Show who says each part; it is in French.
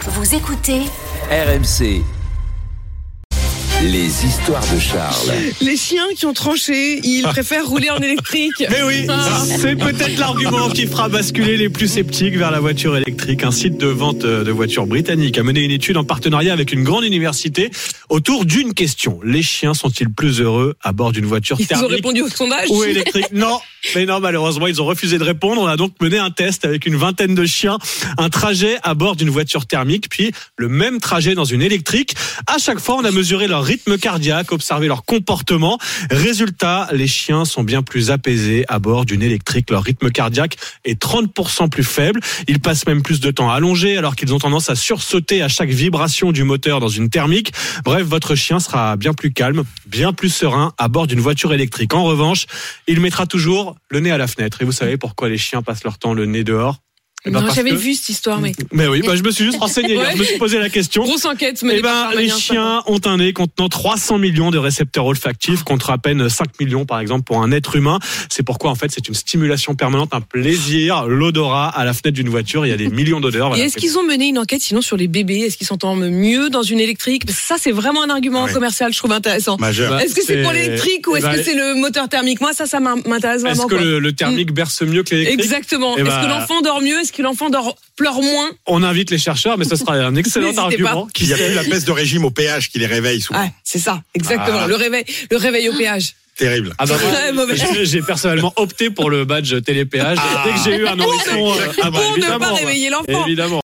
Speaker 1: Vous écoutez
Speaker 2: RMC. Les histoires de Charles.
Speaker 3: Les chiens qui ont tranché, ils préfèrent rouler en électrique.
Speaker 4: Ah. Mais oui,
Speaker 3: Ah.
Speaker 4: c'est peut-être l'argument qui fera basculer les plus sceptiques vers la voiture électrique. Un site de vente euh, de voitures britannique a mené une étude en partenariat avec une grande université autour d'une question. Les chiens sont-ils plus heureux à bord d'une voiture
Speaker 3: Ils ont
Speaker 4: thermique
Speaker 3: répondu au sondage.
Speaker 4: ou électrique Non, mais non, malheureusement, ils ont refusé de répondre. On a donc mené un test avec une vingtaine de chiens, un trajet à bord d'une voiture thermique, puis le même trajet dans une électrique. À chaque fois, on a mesuré leur rythme cardiaque, observé leur comportement. Résultat, les chiens sont bien plus apaisés à bord d'une électrique. Leur rythme cardiaque est 30% plus faible. Ils passent même plus de temps allongés, alors qu'ils ont tendance à sursauter à chaque vibration du moteur dans une thermique. Bref, votre chien sera bien plus calme, bien plus serein à bord d'une voiture électrique. En revanche, il mettra toujours le nez à la fenêtre. Et vous savez pourquoi les chiens passent leur temps le nez dehors Eh ben,
Speaker 3: Non,
Speaker 4: parce
Speaker 3: j'avais
Speaker 4: que-
Speaker 3: vu cette histoire, mais.
Speaker 4: Mais oui, bah, je me suis juste renseigné. hier. Je me suis posé la question.
Speaker 3: Grosse enquête, mais.
Speaker 4: Eh ben, les chiens ont un nez contenant 300 millions de récepteurs olfactifs contre à peine 5 millions, par exemple, pour un être humain. C'est pourquoi, en fait, c'est une stimulation permanente, un plaisir, l'odorat à la fenêtre d'une voiture. Il y a des millions d'odeurs.
Speaker 3: Et
Speaker 4: Voilà.
Speaker 3: est-ce qu'ils ont mené une enquête sinon sur les bébés Est-ce qu'ils s'entendent mieux dans une électrique Parce que Ça, c'est vraiment un argument
Speaker 5: Ouais.
Speaker 3: commercial, je trouve intéressant.
Speaker 5: majeur.
Speaker 4: Bah,
Speaker 3: est-ce que c'est pour l'électrique ou
Speaker 4: Eh
Speaker 3: est-ce
Speaker 4: ben,
Speaker 3: que c'est le moteur thermique Moi, ça, ça m'in- m'intéresse
Speaker 4: Est-ce
Speaker 3: vraiment. Hmm.
Speaker 4: que
Speaker 3: quoi.
Speaker 4: le, le thermique berce mieux que l'électrique
Speaker 3: Exactement.
Speaker 4: Eh
Speaker 3: Est-ce
Speaker 4: ben-
Speaker 3: que l'enfant dort mieux Est-ce que l'enfant dort- pleure moins
Speaker 4: On invite les chercheurs, mais ce sera un excellent
Speaker 3: N'hésitez
Speaker 4: argument.
Speaker 5: Il n'y a plus la baisse de régime au péage qui les réveille souvent.
Speaker 3: Ouais, c'est ça, exactement.
Speaker 5: Ah.
Speaker 3: Le réveil, le réveil au péage.
Speaker 5: Terrible.
Speaker 4: Ah bah moi,
Speaker 3: Très mauvais.
Speaker 4: j'ai- J'ai personnellement opté pour le badge télépéage dès que j'ai eu un horizon.
Speaker 5: Exactement.
Speaker 4: Ah bah
Speaker 3: pour ne
Speaker 4: évidemment,
Speaker 3: pas
Speaker 4: bah,
Speaker 3: réveiller l'enfant.
Speaker 4: Évidemment.